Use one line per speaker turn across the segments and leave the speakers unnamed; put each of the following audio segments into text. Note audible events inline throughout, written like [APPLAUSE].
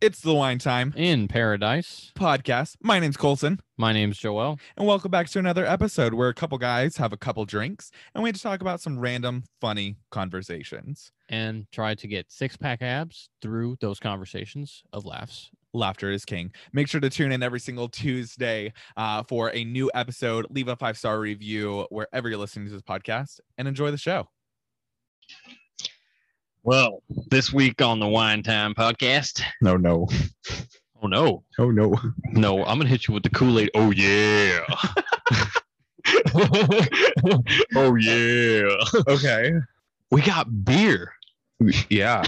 It's the Wine Time
in paradise.
podcast. My name's Colson,
My name's Joel.
and welcome back to another episode where a couple guys have a couple drinks and we had to talk about some random funny conversations.
and try to get six pack abs through those conversations of laughs.
Laughter is king. Make sure to tune in every single Tuesday uh, for a new episode. Leave a five star review wherever you're listening to this podcast and enjoy the show.
Well, this week on the Wine Time podcast.
No, no.
Oh no,
Oh, no. [LAUGHS]
no! I'm gonna hit you with the Kool Aid. Oh yeah. [LAUGHS] oh yeah.
Okay.
We got beer.
Yeah,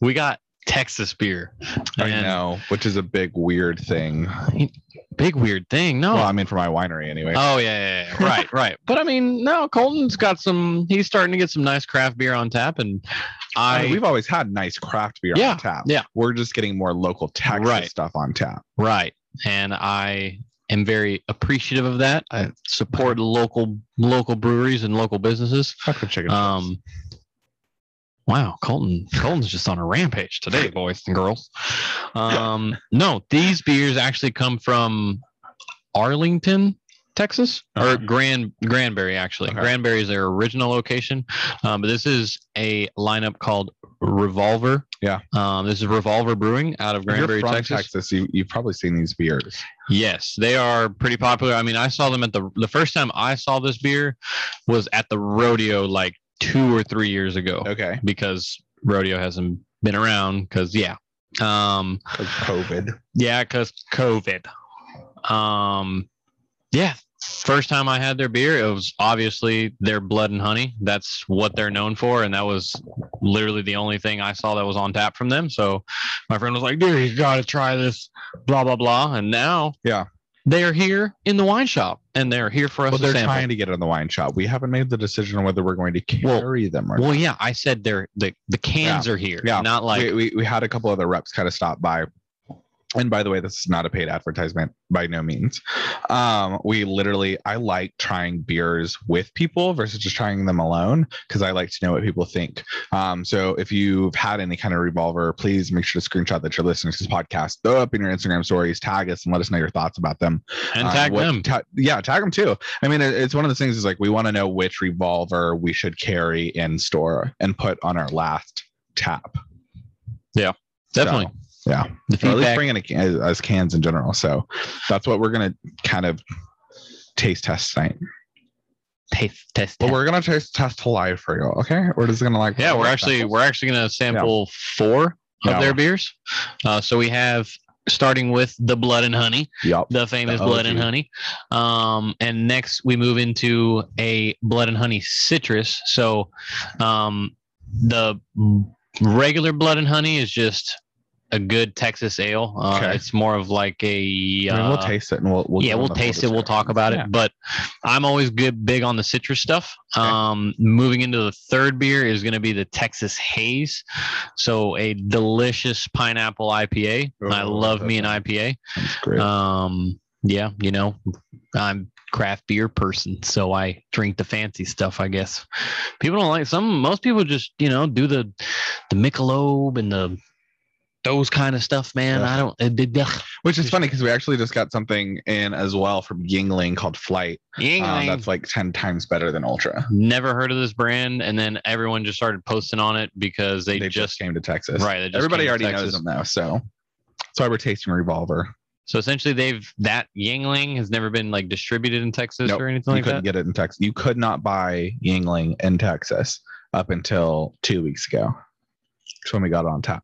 we got Texas beer.
I know, which is a big weird thing.
Big weird thing. No.
Well, I mean, for my winery anyway.
Oh yeah, yeah, yeah. right, right. But I mean, no, Colton's got some. He's starting to get some nice craft beer on tap, and
I
I
mean, we've always had nice craft beer
Yeah,
on tap.
yeah.
We're just getting more local Texas
Right.
stuff on tap.
Right. And I am very appreciative of that. I support local local breweries and local businesses.
Fuck the chicken.
Um Wow, Colton Colton's just on a rampage today, boys and girls. Um no, these beers actually come from Arlington, Texas, or
Okay.
Grand Granbury actually.
Okay.
Granbury is their original location, um, but this is a lineup called Revolver.
Yeah.
um, this is Revolver Brewing out of
If you're
Granbury,
from
Texas.
you, you've probably seen these beers.
Yes, they are pretty popular. I mean, I saw them at the the first time I saw this beer was at the rodeo like two or three years ago
Okay.
because rodeo hasn't been around because yeah, um,
'Cause COVID.
yeah, because COVID. Um, yeah, first time I had their beer, it was obviously their blood and honey. That's what they're known for, and that was literally the only thing I saw that was on tap from them. So my friend was like, "Dude, you got to try this." Blah blah blah. And now,
Yeah.
they are here in the wine shop, and they're here for us
But
to
they're
sample.
trying to get it in the wine shop. We haven't made the decision on whether we're going to
Well-
carry them or not.
well, yeah, I said they're the the cans are here,
yeah.
not like
we, uh, we, we had a couple other reps kind of stop by. And by the way, this is not a paid advertisement by no means. Um, we literally, I like trying beers with people versus just trying them alone because I like to know what people think. Um, so if you've had any kind of revolver, please make sure to screenshot that you're listening to this podcast, throw up in your Instagram stories, tag us, and let us know your thoughts about them
and
uh,
tag
what
them.
ta- yeah, tag them too. I mean, it- it's one of those things is like we want to know which revolver we should carry in store and put on our last tap.
Definitely,
So, yeah. Or
the
at least
feedback
bring in a, can- as, as cans in general. So that's what we're gonna kind of taste test tonight.
taste test.
But we're gonna taste test live for you, okay? Or just gonna like
Yeah, we're actually we're actually going to sample four
Yeah.
of their beers. Uh, so we have starting with the Blood and Honey,
yep.
the famous
The
Blood and
OG.
Honey, um, and next we move into a Blood and Honey Citrus. So um, the regular Blood and Honey is just a good Texas ale. Uh,
Okay.
It's more of like a
I mean, we'll
uh,
taste it and we'll, we'll
yeah,
give
we'll
them the full
taste it. We'll talk
description.
about
Yeah.
it. But I'm always good big on the citrus stuff.
Okay.
Um, moving into the third beer is going to be the Texas Haze. So a delicious pineapple IPA. I
Oh,
love me an
that's
IPA.
That's great.
Um, yeah, you know, I'm craft beer person, so I drink the fancy stuff. I guess people don't like some. Most people just you know do the the Michelob and the those kind of stuff, man.
Ugh.
I don't. It, it, ugh.
Which is funny because we actually just got something in as well from Yingling called Flight. Um,
Yingling.
that's like 10 times better than Ultra.
never heard of this brand and then everyone just started posting on it because they,
They, just,
just,
came to Texas.
right they just
Everybody
came
already
to
knows
Texas.
them though. So that's why we're tasting Revolver.
so essentially they've that yingling has never been like distributed in texas
Nope,
or anything
You
like
couldn't
that
get it in Texas. You could not buy Yingling in Texas up until two weeks ago. That's when we got it on tap.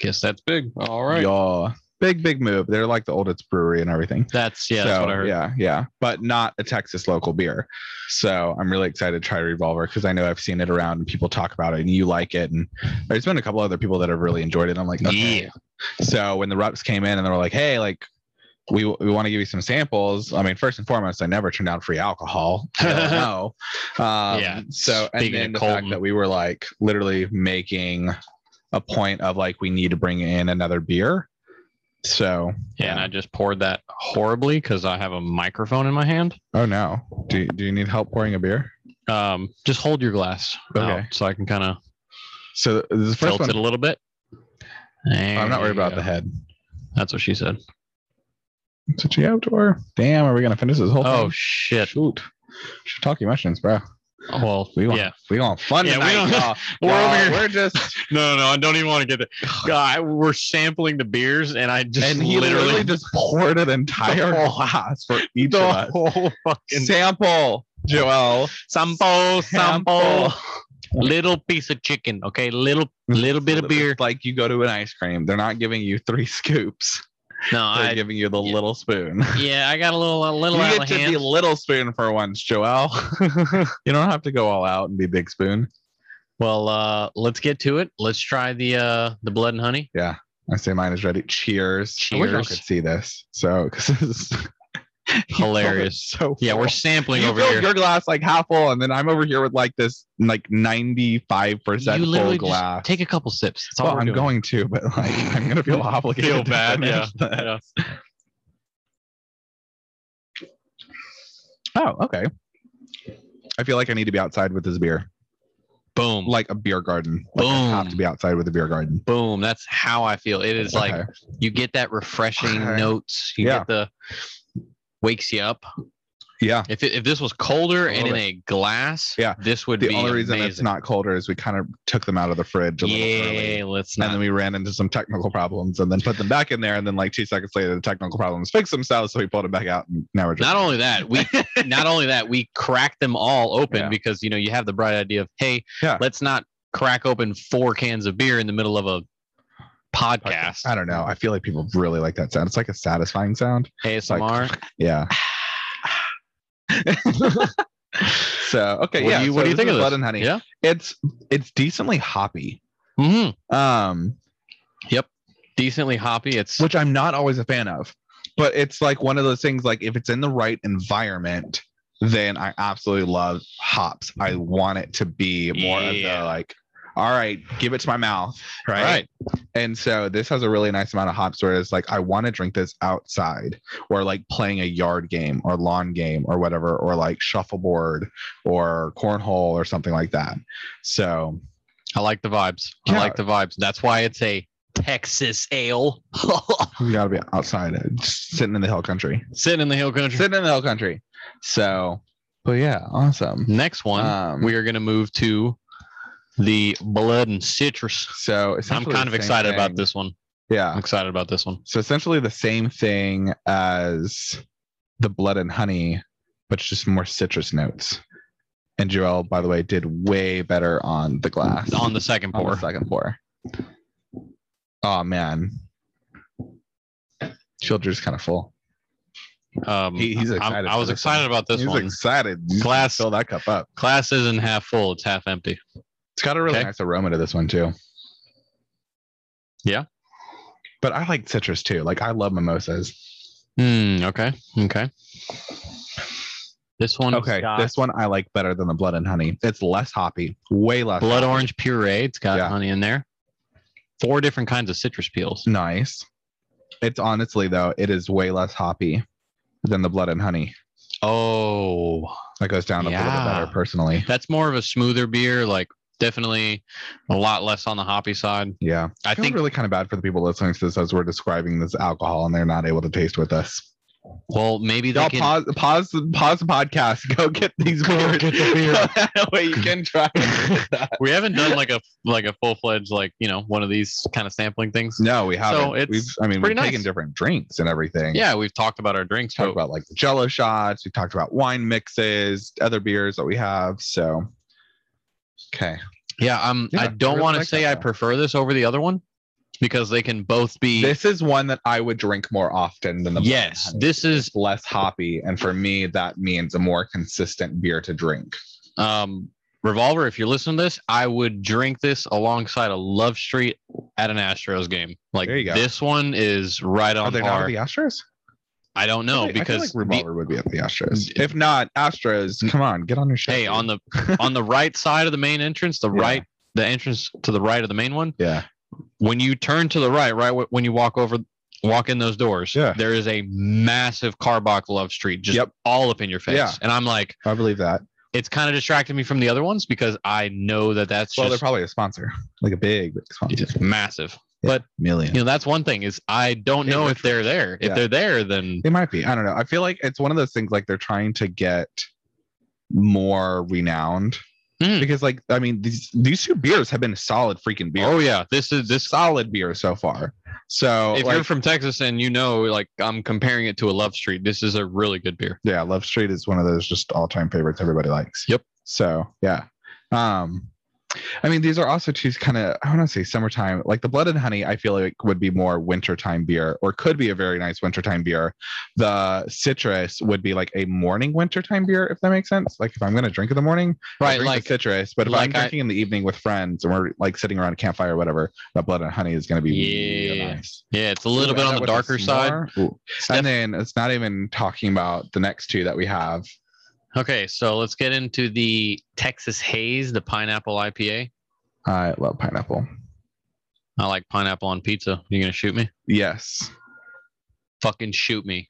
guess that's big all right
Y'all, big, big move. They're like the oldest brewery and everything.
that's yeah that's
So,
what i heard
yeah, yeah, but not a Texas local beer. So I'm really excited to try Revolver because I know I've seen it around and people talk about it and you like it. And there's been a couple other people that have really enjoyed it. I'm like, okay.
Yeah.
So when the reps came in and they were like, hey, like, we, we want to give you some samples. I mean, first and foremost, I never turn down free
[LAUGHS]
alcohol. No. Um,
Yeah,
So, and
speaking
then the
of
fact
Colton.
that we were like literally making a point of like, we need to bring in another beer. So,
Yeah, and i just poured that horribly because i have a microphone in my hand
Oh no. Do do you need help pouring a beer?
um just hold your glass
Okay.
out so i can kind of
So the first
tilt it
one
a little bit
I'm not worried about the head.
That's what she said.
It's a G outdoor. Damn, are we gonna finish this whole
Oh
thing?
shit.
shoot. Shiitake mushrooms, bro.
Well,
We want
yeah.
we going fun
Yeah, we
tonight,
don't-
y'all.
[LAUGHS] We're
Y'all,
over here.
we're just
No, no, no, I don't even want to get there. God, I- we're sampling the beers, and I just
and he literally,
literally
just [LAUGHS] poured an entire
The whole-
glass [LAUGHS] for each
the
of us.
whole fucking
Sample, Joel. Sample.
sample, sample, little piece of chicken. Okay, little little bit of beer.
It's like you go to an ice cream. They're not giving you three [LAUGHS] scoops.
No,
They're
I
giving you the
yeah.
little spoon.
yeah, I got a little a little
you
out
get
of
to
hand.
be little spoon for once, Joel. [LAUGHS] you don't have to go all out and be big spoon.
Well, uh, let's get to it. Let's try the uh the blood and
[LAUGHS]
honey.
I say mine is ready. Cheers. I wish y'all
Cheers.
could see this. So because this [LAUGHS] is he filled it
Hilarious.
So
Yeah, we're
full.
sampling
you
over
filled
here.
your glass like half full, and then I'm over here with like this like 95 percent
you
full
literally
glass.
just take a couple sips. That's all
well,
we're
I'm
doing.
going to, but like I'm gonna
[LAUGHS]
feel obligated.
Feel
to
bad,
finish this.
Yeah.
Oh, okay. I feel like I need to be outside with this beer, [LAUGHS]
Boom.
like a beer garden. Like I have
Boom.
to be outside with a beer garden.
boom. That's how I feel. It is like
Okay.
you get that refreshing
Okay.
notes. You
Yeah.
get the wakes you up.
yeah.
If it, if this was colder
A
and in
little
a glass,
Yeah.
this would
The
be
only reason it's
amazing.
not colder is we kind of took them out of the fridge a little early.
Yeah, let's
And
not.
then we ran into some technical problems and then put them back in there. And then like two seconds later, the technical problems fixed themselves. So we pulled them back out and now we're drinking.
Not only
[LAUGHS]
that, we not only that we cracked them all open
Yeah.
because you know you have the bright idea of hey,
Yeah.
let's not crack open four cans of beer in the middle of a podcast.
I don't know. I feel like people really like that sound. It's like a satisfying sound. [LAUGHS]
ASMR.
Yeah. so okay,
What do
yeah.
you- what
so
do you think
is
of this?
Blood and Honey?
Yeah.
It's it's decently hoppy.
hmm
Um,
Decently hoppy. It's
which I'm not always a fan of. But it's like one of those things like if it's in the right environment, then I absolutely love hops. I want it to be more of
Yeah.
the like, all right, give it to my mouth. Right.
right.
And so this has a really nice amount of hops where it's like, I want to drink this outside or like playing a yard game or lawn game or whatever, or like shuffleboard or cornhole or something like that. So
I like the vibes.
Yeah.
I like the vibes. That's why it's a Texas ale. [LAUGHS]
you got to be outside uh, just sitting in the hill country,
Sitting in the hill country.
sitting in the hill country. So, but yeah, awesome.
Next one,
Um,
we are going to move to the blood and citrus.
So
I'm
essentially
kind
the
of
same
excited about
thing.
this one. I'm
Yeah.
excited about this one.
So essentially the same thing as the blood and honey, but it's just more citrus notes. And Joel, by the way, did way better on the glass
On the second
on the
pour,
second pour. Oh man, Children's kind of full.
um,
He- he's
I'm-
excited
I,
for
was
this
excited about this
He's
one.
excited. He's gonna
Glass-
fill that cup up.
Class isn't half full; it's half empty.
It's got a really
Okay.
nice aroma to this one too.
Yeah.
But I like citrus too. Like I love mimosas.
Hmm. okay. Okay. This one.
Okay,
got
this one I like better than the blood and honey. It's less hoppy, way less.
blood
hoppy.
orange puree. It's got
Yeah.
honey in there. Four different kinds of citrus peels.
nice. It's honestly though, it is way less hoppy than the blood and honey.
Oh,
That goes down a little bit
Yeah.
better personally.
that's more of a smoother beer. Like definitely a lot less on the hoppy side.
Yeah,
I
feel
think
really kind of bad for the people listening to this as we're describing this alcohol and they're not able to taste with us.
Well, maybe they
Y'all
can.
pause, pause, pause the podcast. [LAUGHS] Go get these beers.
get
[LAUGHS]
the beer.
So that way you can
[LAUGHS]
try. it.
We haven't done like a like a full fledged like you know one of these kind of sampling things.
no, we haven't.
it's
we've, I mean, we've
pretty nice.
taken different drinks and everything.
Yeah, we've talked about our drinks.
talked
but
about like the jello shots we talked about wine mixes other beers that we have so okay
yeah, um,
Yeah, I
I don't
really
want to
like
say
that
I
though.
prefer this over the other one because they can both be.
this is one that i would drink more often than the Blood
yes,
and Honey.
this is
less hoppy and for me that means a more consistent beer to drink
um revolver. If you're listening to this, I would drink this alongside a Love Street at an Astros game. Like
There you go.
this one is right
are
on
they not
par.
at the astros
I don't
I
know
feel like- I feel
because
like
the-
revolver would be at the astros if not astros come on get on your show
hey,
[LAUGHS]
on the on the right side of the main entrance, the
Yeah.
right the entrance to the right of the main one.
yeah
when you turn to the right, right wh- when you walk over, walk in those doors,
Yeah.
there is a massive Carbach Love Street, just
Yep.
all up in your face.
Yeah.
And I'm like,
i believe that
it's kind of distracting me from the other ones because I know that that's
well they're
just
probably a sponsor like a big, big sponsor
it's massive. But
million.
you know, that's one thing is I don't
Yeah,
know
which
if they're there. If
yeah.
they're there, then
They might be. I don't know. I feel like it's one of those things like they're trying to get more renowned
Mm.
because like I mean these these two beers have been solid freaking beers.
oh yeah, this is this.
solid beer so far. So
If
like,
you're from Texas and you know, like I'm comparing it to a Love Street, this is a really good beer.
yeah, Love Street is one of those just all time favorites everybody likes.
Yep.
So yeah. Um I mean these are also two kind of I want to say summertime, like the blood and honey, I feel like would be more wintertime beer or could be a very nice wintertime beer. The citrus would be like a morning wintertime beer, if that makes sense. Like if I'm gonna drink in the morning, I'll
Right,
drink the
like
citrus. But if I'm
like I-
drinking in the evening with friends and we're like sitting around a campfire or whatever, that blood and honey is gonna be really
Yeah.
nice.
yeah, it's a little
Ooh,
bit
and
on
that
the
with a
darker side.
s'more. Ooh. And then it's not even talking about the next two that we have.
Okay, so let's get into the Texas Haze, the pineapple IPA.
I love pineapple.
I like pineapple on pizza. You gonna shoot me?
Yes.
Fucking shoot me.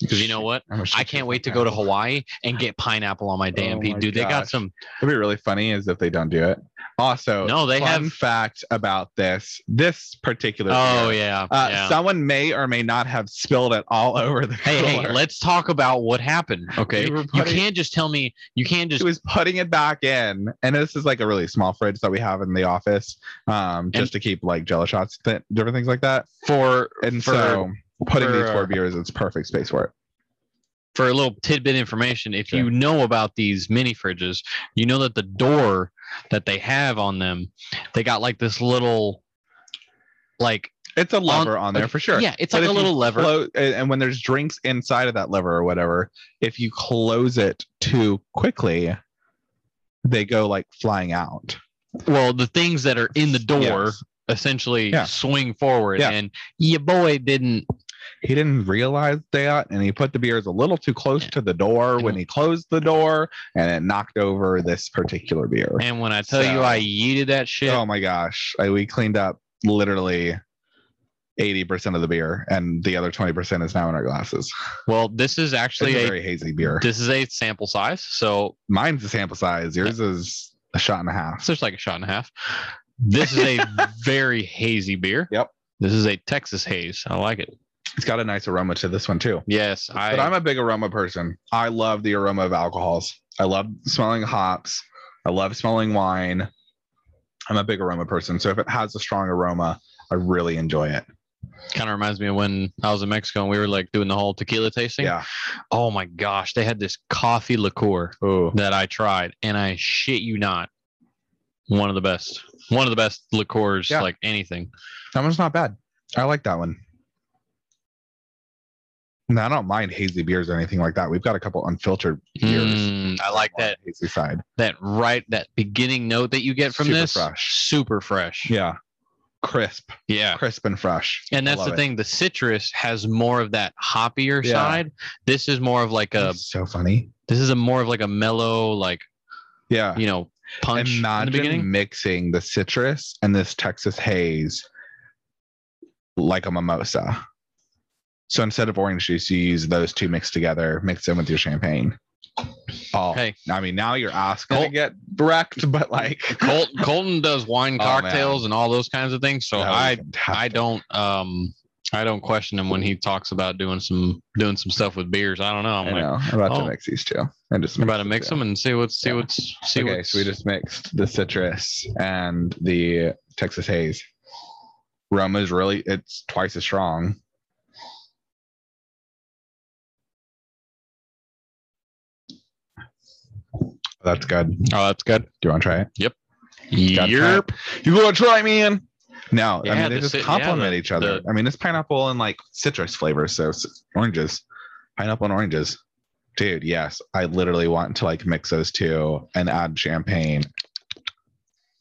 Because you know what?
I'm gonna shoot
I
you
can't
with
wait to go to
pineapple.
Hawaii and get pineapple on my damn
Oh
pizza.
my
Dude, they got
gosh.
some.
It'd be really funny is if they don't do it. Also,
No, they
fun
have.
fact about this this particular.
Oh,
beer.
yeah.
Uh,
yeah.
Someone may or may not have spilled it all [LAUGHS] over the.
hey, hey,
cooler.
let's talk about what happened. Okay.
were
you
putting-
can't just tell me, you can't just.
She was putting it back in, and this is like a really small fridge that we have in the office, um, just to keep like jello shots, th- different things like that.
for
And
for,
so putting
for,
these four
uh,
beers, it's perfect space for it.
for a little tidbit information, if
Sure.
you know about these mini fridges, you know that the door that they have on them, they got like this little, like
It's a lever on, there
like-
for sure.
yeah, it's
But
like
if
a
you
little lever.
Clo- and and when there's drinks inside of that lever or whatever, if you close it too quickly, they go like flying out.
well, the things that are in the door
Yes.
essentially
Yeah.
swing forward,
Yeah.
and your boy didn't.
He didn't realize that, and he put the beers a little too close
Yeah.
to the door when
don't-
he closed the door, and it knocked over this particular beer.
And when I tell you,
So-
I yeeted that shit.
Oh my gosh, I, we cleaned up literally. 80% of the beer and the other 20% is now in our glasses.
Well, this is
It's a
actually a,
very hazy beer.
this is a sample size, so
Mine's the sample size. Yours is a shot and a half.
it's just like a shot and a half. This is
[LAUGHS]
a very hazy beer.
Yep.
This is a Texas haze. I like it.
It's got a nice aroma to this one too.
Yes,
But I'm
I.
a big aroma person. I love the aroma of alcohols. I love smelling hops. I love smelling wine. I'm a big aroma person. So if it has a strong aroma, I really enjoy it.
Kind of reminds me of when I was in Mexico and we were like doing the whole tequila tasting.
Yeah.
Oh my gosh, they had this coffee liqueur
Ooh.
that I tried, and I shit you not, one of the best, one of the best liqueurs,
Yeah.
like anything.
That one's not bad. I like that one. Now I don't mind hazy beers or anything like that. We've got a couple unfiltered beers.
Mm, I like
on the
that
hazy side.
that right that beginning note that you get from
Super
this.
fresh.
Super fresh.
Yeah. Crisp.
Yeah.
Crisp and fresh.
And
I
that's the
love it.
thing. The citrus has more of that hoppier
Yeah.
side. This is more of like a.
It's so funny.
This is a more of like a mellow, like
Yeah.
you know, punch in the
Imagine
beginning.
mixing the citrus and this Texas haze like a mimosa. So instead of orange juice, you use those two mixed together, mix them with your champagne. Oh,
Hey.
I mean, now your ass gonna
Col-
get wrecked, but like, [LAUGHS]
Col- Colton does wine
Oh, man.
cocktails and all those kinds of things. So
That was
I I
fantastic.
don't um I don't question him when he talks about doing some doing some stuff with beers. I don't know. I'm
I
like
know. I'm about
oh.
to mix these two. And just
I'm about to mix
them.
them and see what's see
Yeah.
what's see
okay,
what's
so we just mixed the citrus and the Texas haze. Rum is really it's twice as strong. That's good. Do
oh that's good.
you want to try it? Gotta try
Yep.
it. You gonna try, man? No, I
Yeah,
mean they
the
just
ci- yeah,
complement
the-
each other.
the-
I mean it's pineapple and like citrus flavors, so s- oranges, pineapple and oranges. Dude, yes, I literally want to like mix those two and add champagne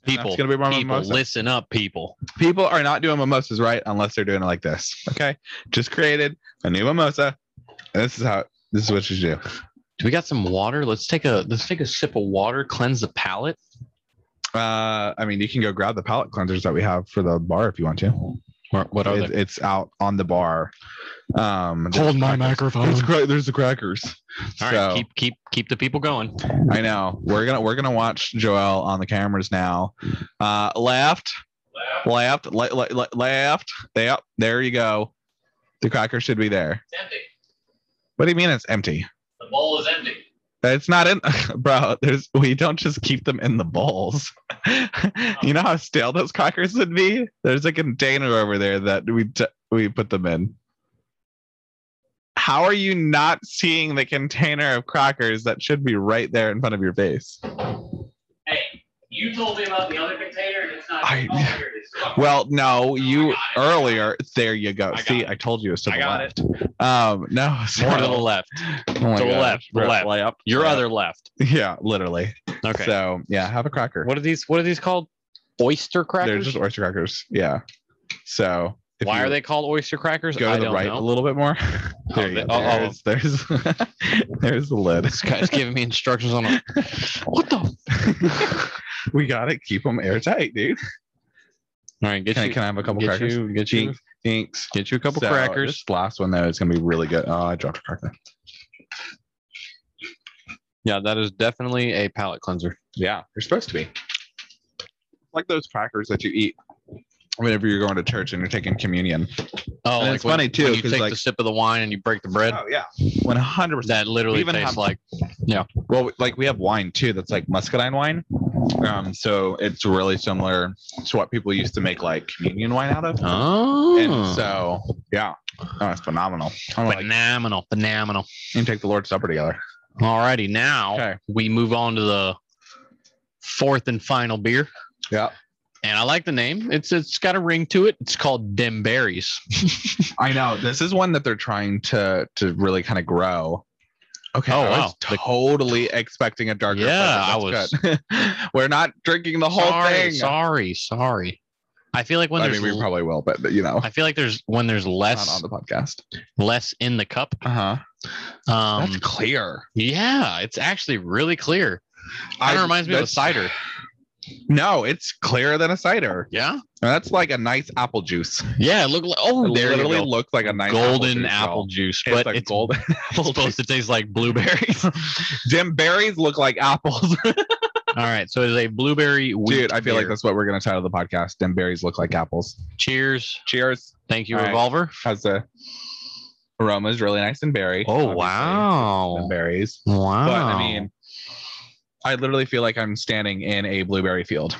People
That's gonna be my
people
mimosa.
listen up people.
people are not doing mimosas right unless they're doing it like this. Okay, just created a new mimosa. And this is how. This is what you do.
Do we got some water? Let's take a let's take a sip of water, cleanse the palate.
Uh, I mean, you can go grab the palate cleansers that we have for the bar if you want to.
Or What are
It-
they?
It's out on the bar. Um,
Hold my
microphone. There's, cra- there's the crackers.
All right,
so
keep keep keep the people going.
I know we're gonna we're gonna watch Joel on the cameras now. Uh, left, Left, le- le- le- left. Yep, there you go. The cracker should be there.
It's empty.
What do you mean it's empty?
The bowl is empty.
It's not in, [LAUGHS] bro. There's we don't just keep them in the bowls. [LAUGHS] you know how stale those crackers would be. There's a container over there that we t- we put them in. How are you not seeing the container of crackers that should be right there in front of your face?
Hey, you told me about the other container, and it's not.
I-
oh, here it is.
[LAUGHS]
Fuck.
Well, no, you
I got it.
earlier. There you go.
Oh I got
See,
it.
I told you it's to
I
the
got
left. Um, no, [LAUGHS]
More to
so-
the left.
Oh my
to the
gosh,
left, the
bro.
left.
Lay up.
Your
lay up.
other left.
[LAUGHS] Yeah, literally.
Okay.
So yeah, have a cracker.
What are these? What are these called? Oyster
They're
crackers.
just oyster crackers. Yeah. So if
Why
you
are they called oyster crackers?
Go
I
to the
don't
right
know.
a little bit more.
Oh,
[LAUGHS] there you
they-
go.
oh, oh.
There's there's, [LAUGHS] there's the lid. [LAUGHS]
This guy's giving me instructions on a. [LAUGHS] What the? All
we gotta keep them airtight, dude.
right, get
Can I,
you.
can I have a couple
get
crackers?
you. Get you.
Jinx. Thanks.
Get you a couple
So,
crackers.
This last one though is gonna be really good. Oh, I dropped a cracker.
Yeah, that is definitely a palate cleanser.
Yeah, you're supposed to be. Like those crackers that you eat whenever you're going to church and you're taking communion.
Oh,
And it's funny, too,
When you
'cause,
take
like-
the sip of the wine and you break the bread.
Oh, yeah, one hundred percent.
That literally
Oh, even
tastes
have-
like
Well, like we have wine too that's like muscadine wine. Um, so it's really similar to what people used to make like communion wine out of.
oh,
And so, yeah, no, it's phenomenal. I'm Oh, like,
phenomenal, phenomenal.
you take the Lord's Supper together.
Alrighty, now
Okay.
we move on to the fourth and final beer.
Yeah.
And I like the name. It's it's got a ring to it. It's called Dem Berries.
I know this is one that they're trying to to really kind of grow. Okay.
Oh,
I
wow.
was totally expecting a darker.
Yeah,
flavor. That's good. [LAUGHS] We're not drinking the whole
sorry,
thing.
sorry, sorry. I feel like when
I
there's
mean, we
l-
probably will, but, but, you know,
I feel like there's when there's
not on
less
the podcast.
less in the cup.
Uh huh.
Um,
That's clear.
yeah, it's actually really clear. Kind of reminds me of a
that's-
cider.
No, it's clearer than a cider.
Yeah,
That's like a nice apple juice.
yeah. It look like oh,
It
there you
literally
go.
looks like a nice
golden
apple
apple
juice.
juice,
y'all. It's
but
a
it's,
golden
it's [LAUGHS] supposed to taste like blueberries. [LAUGHS] All
[LAUGHS] Jim berries look like apples. [LAUGHS]
right, so it's a blueberry. Wheat
Dude, I feel like
beer.
that's what we're gonna title the podcast. Jim berries look like apples.
Cheers.
Cheers.
Thank you,
All right.
Revolver.
Has the aroma is really nice and berry.
Oh
obviously. Dem
wow,
berries.
wow.
But I mean, I literally feel like I'm standing in a blueberry field.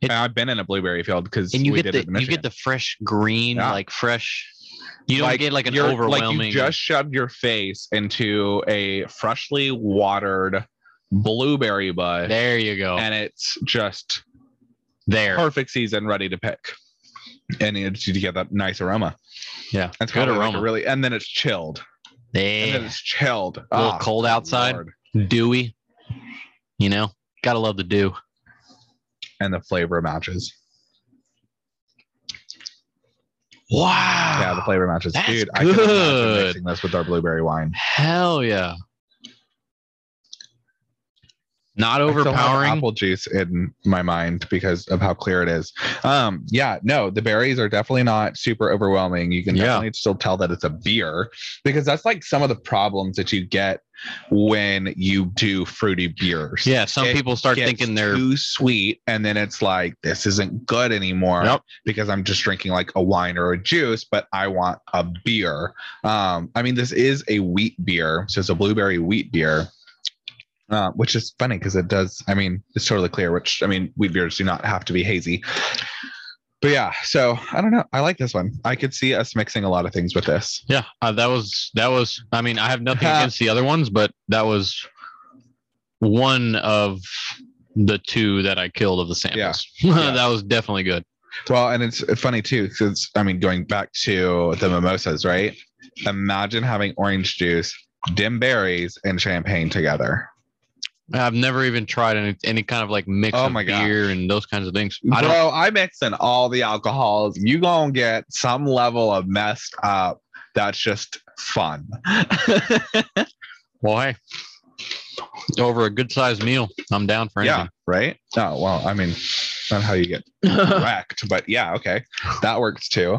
It-
And I've been in a blueberry field because
and you
we
get
did it in
the you
Michigan.
get the fresh green,
Yeah.
like fresh. You don't get like an
you're-
overwhelming.
Like you just shoved your face into a freshly watered blueberry bud,
there you go.
and it's just
there.
perfect season, ready to pick. And it, you get that nice aroma.
Yeah.
That's
Good
good aroma.
aroma.
really, and then it's chilled. And then
There.
it's chilled. Ah,
A little cold outside.
Lord.
Dewy. You know, gotta love the dew.
And the flavor matches.
Wow.
Yeah, the flavor matches.
Ah, That's
Dude, I could imagine
good.
mixing this with our blueberry wine.
Hell yeah. Not
I still have
overpowering.
apple juice in my mind because of how clear it is. Um, yeah, no, the berries are definitely not super overwhelming. You can
Yeah.
definitely still tell that it's a beer because that's like some of the problems that you get when you do fruity beers.
yeah, some
It
people start
Gets
thinking they're
too sweet, and then it's like this isn't good anymore
Nope.
because I'm just drinking like a wine or a juice, but I want a beer. Um, I mean, this is a wheat beer, so it's a blueberry wheat beer, uh, which is funny because it does. I mean, it's totally clear. Which I mean, wheat beers do not have to be hazy. But yeah, so I don't know. I like this one. I could see us mixing a lot of things with this.
yeah. Uh, that was that was. I mean, I
[LAUGHS]
have nothing
Ha.
against the other ones, but that was one of the two that I killed of the samples.
Yeah.
[LAUGHS] that was definitely good.
Well, and it's funny too because I mean, going back to the mimosas, right? Imagine having orange juice, dim berries, and champagne together.
I've never even tried any any kind of like mix
Oh
of
my gosh.
beer and those kinds of things.
Bro,
I
I,
don't.
mix in all the alcohols. You gonna get some level of messed up. That's just fun.
Well, hey, over a good sized meal, I'm down for
yeah,
anything.
right. Oh well, I mean, not how you get [LAUGHS] wrecked, but yeah, okay, that works too.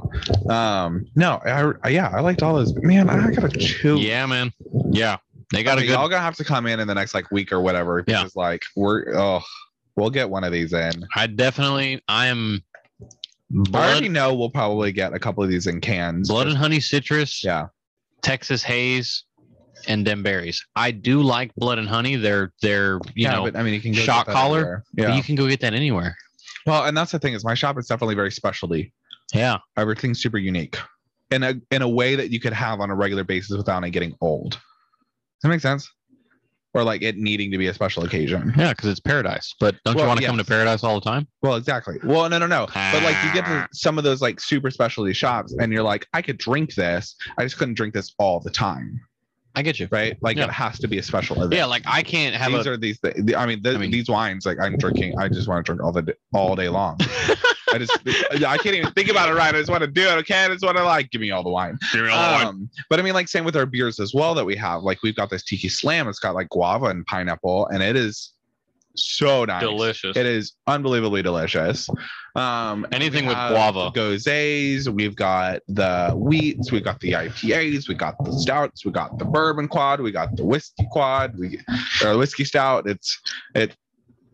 Um, no, I yeah, I liked all those. Man, I gotta chew.
Yeah, man. Yeah, they got
I
a
mean,
good.
y'all gonna have to come in in the next like week or whatever
Yeah.
because like we're oh we'll get one of these in
I definitely, I am
I
Blood,
already know we'll probably get a couple of these in cans.
blood and honey citrus,
yeah.
Texas haze, and them berries. I do like blood and honey. They're they're you
yeah,
know
but I mean, you can go get
shock
that
collar,
everywhere.
but
Yeah.
you can go get that anywhere.
well, and that's the thing is my shop is definitely very specialty.
Yeah.
Everything's super unique in a in a way that you could have on a regular basis without it getting old. Does that make sense? Or like it needing to be a special occasion.
Yeah, because it's paradise. But don't
Well,
you want to
yes.
come to paradise all the time?
Well, exactly. Well, no, no, no. But like you get
Ah.
to some of those like super specialty shops, and you're like, I could drink this. I just couldn't drink this all the time,
I get you.
right? Like
Yeah.
it has to be a special event.
Yeah, like I can't have
these
a
are these. Th- I mean, th-
I mean-
these wines. Like I'm drinking. I just want to drink all the d- all day long. I
[LAUGHS]
just. I can't even think about it right. I just want to do it. Okay, I just want to like give me all the wine. Um, but I mean, like same with our beers as well that we have. Like we've got this tiki slam. It's got like guava and pineapple, and it is so nice.
delicious.
It is unbelievably delicious. Um, and
Anything
we
with
have
guava.
Gozes, we've got the wheats, we got the IPAs, we got the stouts, we got the bourbon quad, we got the whiskey quad, we or whiskey stout. It's it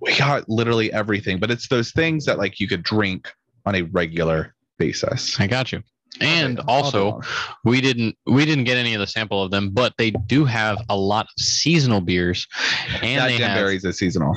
we got literally everything, but it's those things that like you could drink on a regular basis.
I got you. And
All day- all day
also,
long.
we didn't we didn't get any of the sample of them, but they do have a lot of seasonal beers, and
that
they have,
Denberry's is seasonal.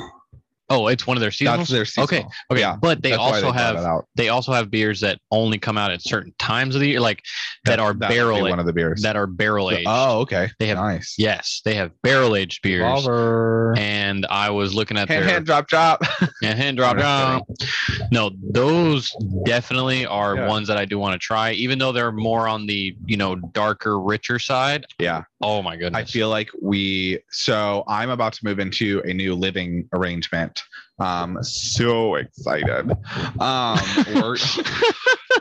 oh, it's one of their seasonal.
That's their seasonal.
Okay, okay,
yeah,
but they
That's why
also
brought it
have
out.
they also have beers that only come out at certain times of the year, like that are
would be
barrel
one of the beers.
that are barrel aged.
oh, okay.
They have
nice.
yes, they have barrel aged beers.
Revolver.
And I was looking at
hand,
their
hand, drop, drop. [LAUGHS]
Yeah, hand drop.
I'm
down. No, those definitely are
Yeah.
ones that I do want to try, even though they're more on the you know darker, richer side.
Yeah,
Oh my goodness!
I feel like we. So I'm about to move into a new living arrangement. Um, so excited. Um,
[LAUGHS]
we're, [LAUGHS]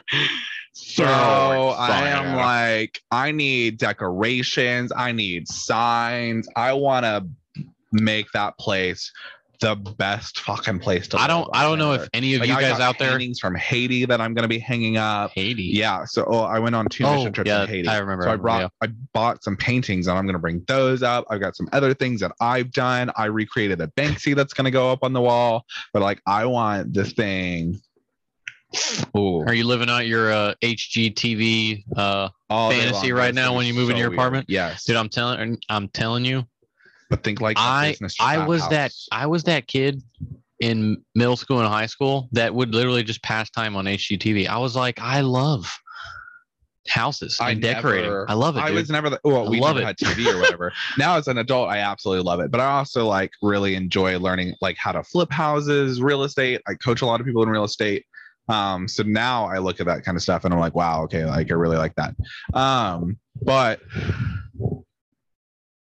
so I am like, I need decorations. I need signs. I want to make that place the best fucking place to.
I don't.
live
I don't
on
know
earth.
if any of
Like,
you
I
guys
got
out there.
paintings from Haiti that I'm gonna be hanging up.
Haiti.
Yeah. So oh, I went on two
Oh,
mission trips
yeah.
to Haiti.
I remember.
So I
remember,
brought
yeah.
I bought some paintings and I'm gonna bring those up. I've got some other things that I've done. I recreated a Banksy that's gonna go up on the wall. But like I want this thing. Ooh,
Are you living out your uh, HGTV? Uh,
all day
fantasy
long.
right
This
now
thing
when
is
you move into your
weird.
apartment?
Yes.
dude, I'm telling. I'm telling you,
but think like a
I
business
I
trap
was that
house.
I was that kid in middle school and high school that would literally just pass time on HGTV. I was like, I love houses
I
and decorating.
never-
I love it.
I
dude.
was never the well,
I
we
love
never
it.
had TV or
[LAUGHS]
whatever. now as an adult, I absolutely love it. But I also like really enjoy learning like how to flip houses, real estate. I coach a lot of people in real estate. Um, so now I look at that kind of stuff and I'm like, wow, okay, like I really like that. Um, but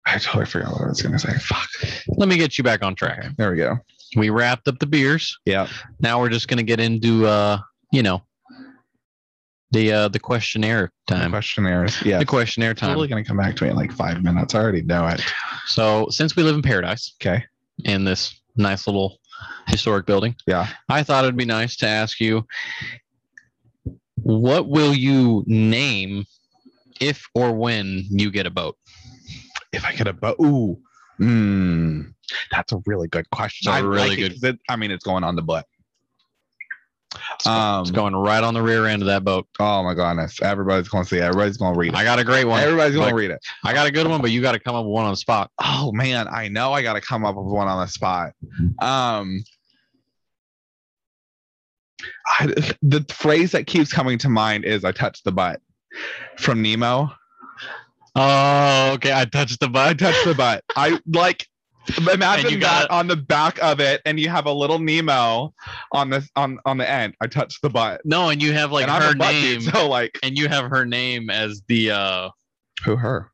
I totally forgot what I was gonna say. Fuck.
Let me get you back on track.
There we go.
We wrapped up the beers.
Yeah.
Now we're just gonna get into uh, you know, the uh the questionnaire time.
Questionnaires. Yeah.
The questionnaire time.
Totally gonna come back to me in like five minutes. I already know it.
So since we live in paradise
Okay.
in this nice little historic building,
Yeah.
I thought it'd be nice to ask you what will you name if or when you get a boat?
if I could have, bo- ooh, mm, that's a really good question.
It's
I
a really
like it
good-
'cause it- I mean, it's going on the butt.
It's,
Um,
it's going right on the rear end of that boat.
oh my goodness, everybody's going to see it. Everybody's going to read
I
it.
got a great one.
Everybody's going
Like-
to read it.
I got a good one, but you got to come up with one on the spot.
Oh man, I know I got to come up with one on the spot. Um, I, the phrase that keeps coming to mind is "I touched the butt" from Nemo.
Oh, okay. I touched the
I
butt.
touched the butt. I like
[LAUGHS] And
imagine
you
that
got-
on the back of it, and you have a little Nemo on the on on the end. I touched the butt.
No, and you have like
and I'm
her
a butt
name,
dude, so like
and you have her name as the uh
who her?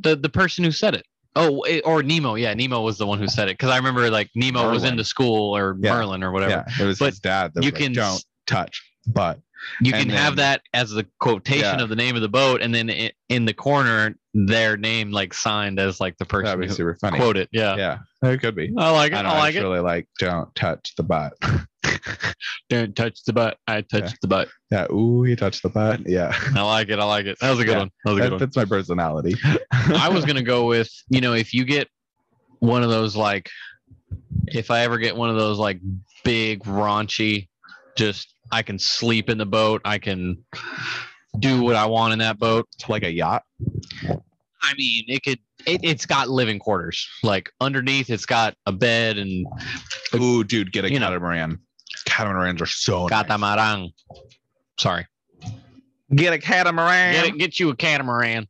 the the person who said it. Oh, it- or Nemo. Yeah, Nemo was the one who said it because I remember like Nemo was
Merlin.
into school or
Yeah.
Merlin or whatever.
Yeah, it was
But
his dad. That
you
was like,
can
don't touch butt.
you
And
can have
then-
that as the quotation
Yeah.
of the name of the boat, and then i in the corner their name like signed as like the
That'd
person
be
who
super funny.
quote it. Yeah.
Yeah, it could be.
I like it.
uh, I,
I,
don't know,
like
it's really like don't touch the butt.
it. Don't touch the butt. I touched
Yeah.
the butt.
Yeah, ooh, you touched the
[LAUGHS]
butt. Yeah,
I like it. I like it. That was a good
Yeah.
one. That was a good
that,
one.
that's my personality.
[LAUGHS] I was gonna go with you know if you get one of those like if I ever get one of those like big raunchy Just I can sleep in the boat. I can do what I want in that boat.
It's [LAUGHS] like a yacht.
I mean, it could. It, it's got living quarters. Like underneath, it's got a bed and
Ooh, dude, get a
You know.
catamaran. Catamarans are so nice.
catamaran. Sorry,
Get a catamaran.
get it, get you a catamaran.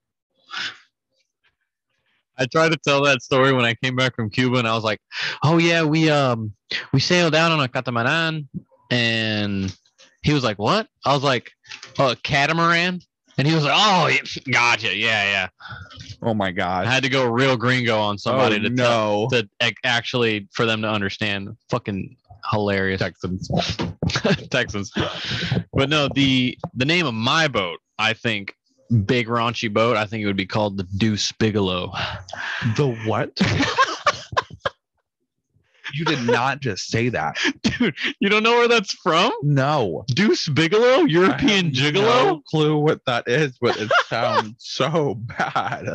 I tried to tell that story when I came back from Cuba, and I was like, "Oh yeah, we um we sailed down on a catamaran," and he was like, "What?" I was like, "A catamaran," and he was like, "Oh, yeah, gotcha, yeah, yeah."
Oh my
I
god.
had to go real gringo on somebody
oh,
to
no.
tell- to ac- actually for them to understand. Fucking hilarious. Texans. [LAUGHS] Texans. But no, the the name of my boat, I think, big raunchy boat. I think it would be called the Deuce Bigelow.
The
[LAUGHS]
what? you did not just say that.
Dude, you don't know where that's from?
No.
Deuce Bigelow, European
No
Gigolo.
clue what that is, but it [LAUGHS] sounds so bad.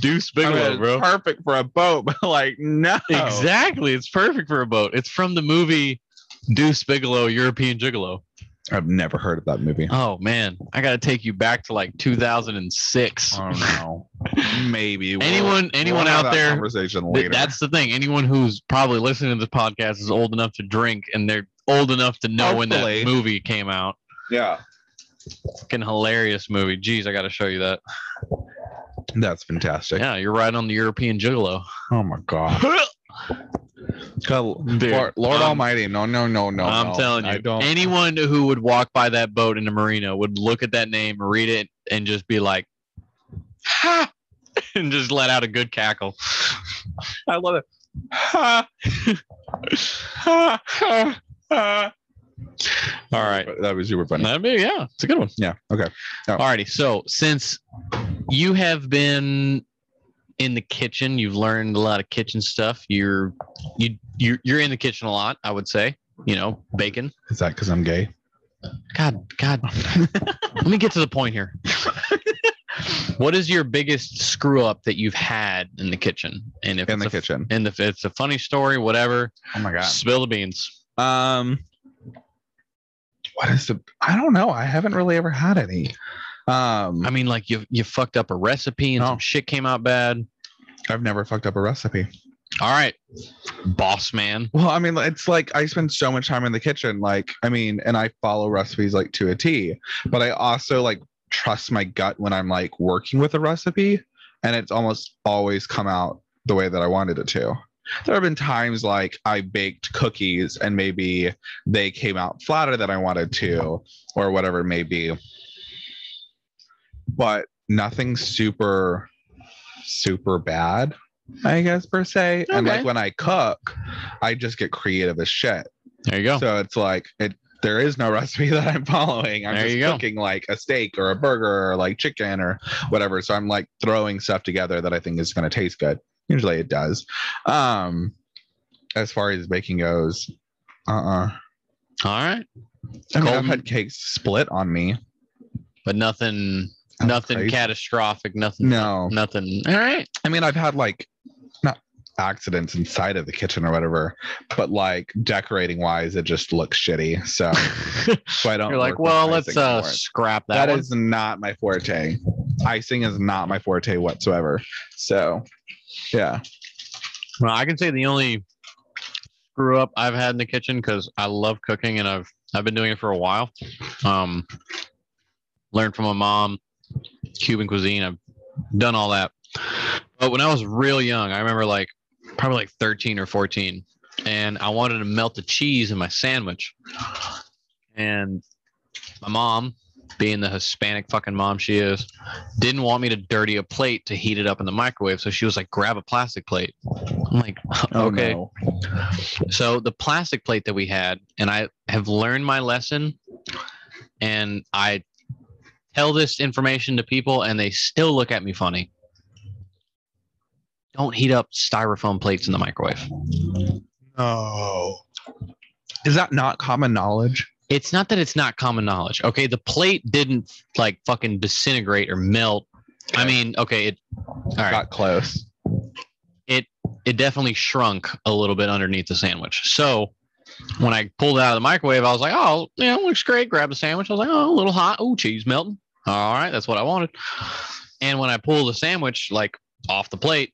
Deuce
I mean,
Bigelow,
it's
bro.
Perfect for a boat, [LAUGHS] but like no.
Exactly. It's perfect for a boat. It's from the movie Deuce Bigelow, European Gigolo.
I've never heard of that movie.
Oh man, I gotta take you back to like 2006.
Oh no. Maybe we'll-
anyone, anyone
we'll have
out
that
there?
Conversation
th-
later.
that's the thing. Anyone who's probably listening to this podcast is old enough to drink, and they're old enough to know
Hopefully.
when that movie came out.
yeah.
Fucking hilarious movie. Jeez, I gotta show you that.
That's fantastic.
Yeah, you're right on the European Gigolo.
Oh my god. God,
[LAUGHS] Dude,
Lord, Lord
I'm-
Almighty, no, no, [LAUGHS] no, no.
I'm
no.
telling
I
you,
don't.
anyone who would walk by that boat in the marina would look at that name, read it, and just be like, ha! [LAUGHS] and just let out a good cackle.
I love it.
[LAUGHS]
Ha. Ha, ha, ha.
All right.
that was super funny.
That'd be, yeah, it's a good one.
Yeah. Okay.
Alrighty. So since you have been in the kitchen, you've learned a lot of kitchen stuff. You're you you're you're in the kitchen a lot, I would say. You know, bacon.
Is that because I'm gay?
God, [LAUGHS] God. Let me get to the point here. what is your biggest screw up that you've had in the kitchen? And if
In the
it's a-
kitchen.
and if it's a funny story, whatever,
Oh my god.
spill the beans.
Um. What is the? I don't know. I haven't really ever had any. Um.
I mean, like you you fucked up a recipe and
No.
some shit came out bad.
I've never fucked up a recipe.
All right, boss man.
Well, I mean, it's like I spend so much time in the kitchen. Like, I mean, and I follow recipes like to a T, but I also like trust my gut when I'm like working with a recipe, and it's almost always come out the way that I wanted it to. There have been times like I baked cookies and maybe they came out flatter than I wanted to, or whatever it may be. But nothing super, super bad, I guess, per se. And
Okay.
like when I cook, I just get creative as shit.
There you go.
So it's like it there is no [LAUGHS] recipe that I'm following. I'm
There
just
you go.
cooking like a steak or a burger or like chicken or whatever. So I'm like throwing stuff together that I think is gonna taste good. Usually it does. Um as far as baking goes, uh-uh.
All right.
I mean, I've
Colton?
had cakes split on me.
but nothing
That's
nothing
crazy.
catastrophic nothing
No.
nothing all [LAUGHS] right
I mean, I've had like not accidents inside of the kitchen or whatever, but like decorating wise, it just looks shitty. So, so I don't.
you're like
work with
well
icing
let's uh
anymore.
scrap that,
that
one.
is not my forte. Icing is not my forte whatsoever. So, yeah.
well i can say the only screw up i've had in the kitchen because i love cooking and i've i've been doing it for a while um learned from my mom cuban cuisine i've done all that but when i was real young i remember like probably like 13 or 14 and i wanted to melt the cheese in my sandwich and my mom being the hispanic fucking mom she is didn't want me to dirty a plate to heat it up in the microwave so she was like grab a plastic plate i'm like [LAUGHS] okay
Oh, no.
so the plastic plate that we had, and I have learned my lesson, and I tell this information to people, and they still look at me funny. Don't heat up styrofoam plates in the microwave.
No. Is that not common knowledge?
It's not that it's not common knowledge. Okay, the plate didn't like fucking disintegrate or melt. I mean, okay, it all right.
Got close.
it definitely shrunk a little bit underneath the sandwich. So when I pulled it out of the microwave, I was like, oh, yeah, it looks great. Grab the sandwich. I was like, oh, a little hot. Oh, cheese melting. All right, that's what I wanted. And when I pulled the sandwich like off the plate,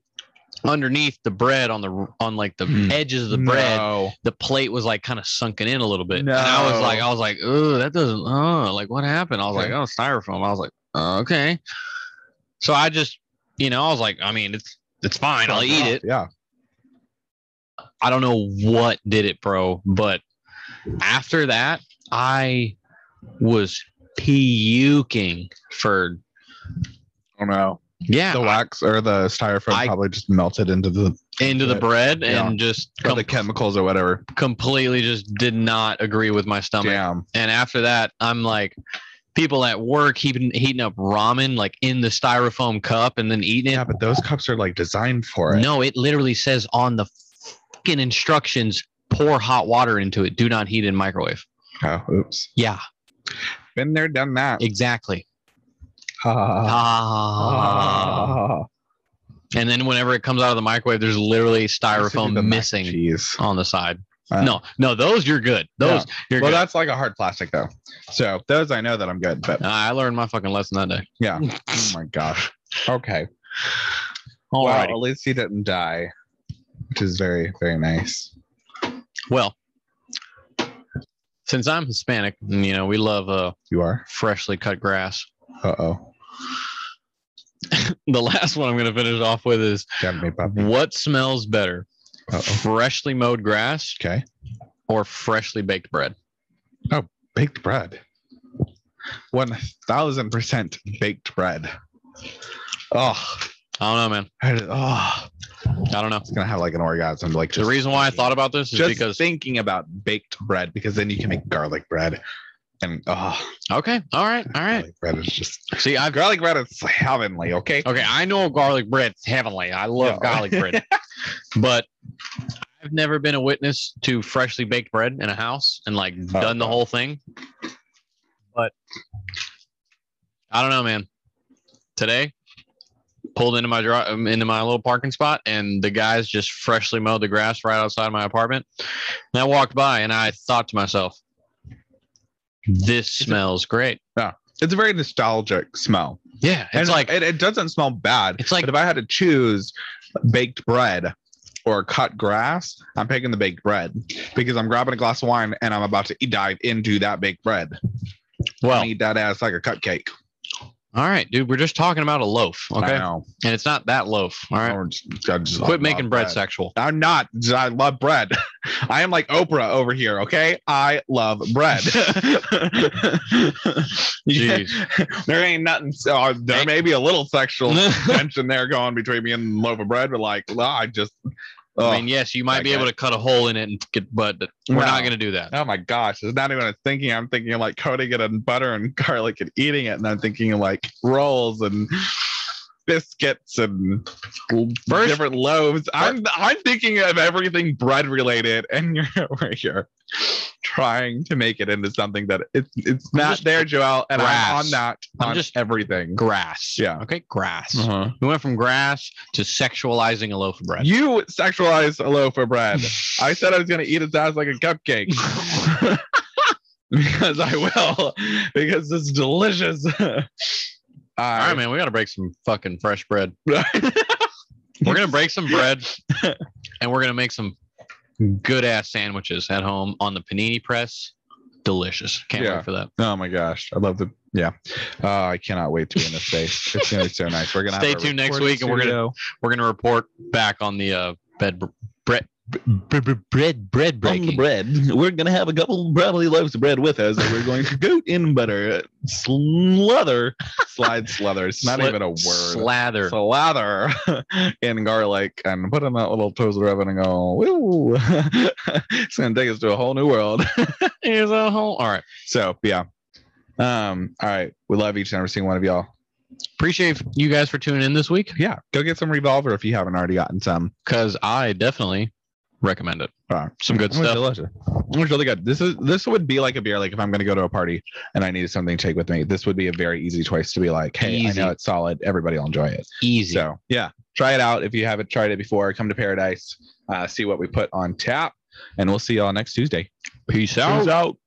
underneath the bread on the on like the
Hmm.
edges of the bread,
No.
the plate was like kind of sunken in a little bit. And I was
No.
like, I was like, oh, that doesn't, oh, like what happened? I was like,
Okay.
oh, styrofoam. I was like, oh, okay. So I just, you know, I was like, I mean, it's it's fine. I'll eat it.
Yeah.
I don't know what did it, bro, but after that, I was puking for
I don't know.
yeah
The wax or the styrofoam
I-
probably just melted into the
into the bread
Yeah.
and just
or
com-
the chemicals or whatever.
completely just did not agree with my stomach.
Damn.
And after that, I'm like, people at work heating heating up ramen like in the styrofoam cup and then eating it.
Yeah, but those cups are like designed for it.
No, it literally says on the fucking instructions, pour hot water into it. Do not heat in microwave.
Oh, oops.
Yeah,
Been there, done that.
exactly.
[LAUGHS] Ah.
Ah.
Ah.
And then whenever it comes out of the microwave, there's literally styrofoam
The mac and
missing
Cheese.
on the side.
Uh,
no, no, those you're good. Those you're
Well,
good.
that's like a hard plastic though. So those I know that I'm good, but
I learned my fucking lesson that day. [LAUGHS]
yeah. oh my gosh. Okay.
All
well,
right.
at least he didn't die, which is very, very nice.
Well, since I'm Hispanic, and, you know, we love uh,
You are.
freshly cut grass.
Uh oh.
The [LAUGHS] last one I'm going to finish off with is
Got me, puppy.
what smells better,
Uh oh.
freshly mowed grass
Okay.
or freshly baked bread?
Baked bread. One thousand percent baked bread. Oh,
I don't know, man.
I just- oh,
I don't know.
it's gonna have like an orgasm. Like
The reason why I thought about this is
just
because
thinking about baked bread because then you can make garlic bread, and oh,
okay, all right, all right.
garlic bread is just
See, I've
garlic bread is heavenly. Okay.
Okay, I know garlic bread's heavenly. I love
Yeah. [LAUGHS]
garlic bread. But I've never been a witness to freshly baked bread in a house and like done the
no.
whole thing. But I don't know, man. Today, pulled into my dri- um, into my little parking spot, and the guys just freshly mowed the grass right outside my apartment. And I walked by, and I thought to myself, "This smells great."
It's a very nostalgic smell.
Yeah,
and
it's like
it, it doesn't smell bad.
It's like-
but if I had to choose baked bread or cut grass, I'm picking the baked bread because I'm grabbing a glass of wine and I'm about to e-, dive into that baked bread.
well,
I need that ass like a cupcake.
all right, dude. We're just talking about a loaf, okay?
I know.
And it's not that loaf. All right.
I just- I just
Quit
love
making bread
bread. [LAUGHS]
sexual.
I'm not. I love bread. [LAUGHS] I am like Oprah over here. Okay, I love bread.
[LAUGHS]
[LAUGHS]
Jeez.
there ain't nothing. Uh, there may be a little
[LAUGHS]
sexual
I
tension there going between me and loaf of bread, but like, well, I just.
mean, yes, you might be
Okay.
able to cut a hole in it and get, but we're
No.
not going to do that.
oh my gosh, it's not even a thinking. I'm thinking of like coating it in butter and garlic and eating it, and I'm thinking of like rolls and biscuits and
First-
different loaves. I'm I'm thinking of everything bread related, and you're [LAUGHS] over here trying to make it into something that it's it's
I'm
not
just-
there, Joel. And
Grass.
I'm on that
I'm
on
just-
everything.
Grass.
Yeah.
Okay. Grass.
Uh-huh.
We went from grass to sexualizing a loaf of bread.
You sexualized a loaf of bread. I said I was gonna eat his ass like a [LAUGHS] cupcake. because I will, because it's delicious. I,
All right, man. We got to break some fucking fresh bread.
[LAUGHS]
We're going to break some bread and we're going to make some good ass sandwiches at home on the panini press. Delicious. Can't
Yeah.
wait for that.
Oh my gosh, I love the yeah. Uh, I cannot wait to be in this space. It's gonna be so nice. We're gonna
Stay
have a
tuned next
recording
week and we're gonna-
studio.
We're going to report back on the uh, bed br- bread. Bread, bread
on the
breaking.
bread. We're gonna have a couple probably loaves of bread with us, and we're going to goat in butter, slither, slide slither. It's not
Sli-
even a word.
Slather.
Slather [LAUGHS] in garlic and put in that little toast oven and go, woo. [LAUGHS] it's gonna take us to a whole new world. [LAUGHS]
Here's a whole. All right.
So yeah. Um, all right. We love each and every single one of y'all.
Appreciate you guys for tuning in this week
Yeah. Go get some revolver if you haven't already gotten some.
because I definitely recommend it.
Uh,
Some good
it was
stuff.
Delicious. It was really good. This is this would be like a beer. Like if I'm gonna go to a party and I needed something to take with me, this would be a very easy choice to be like, hey,
Easy.
I know it's solid. Everybody will enjoy it.
Easy.
So yeah, try it out if you haven't tried it before. Come to Paradise, uh, see what we put on tap.
and we'll see y'all next Tuesday.
Peace out.
out.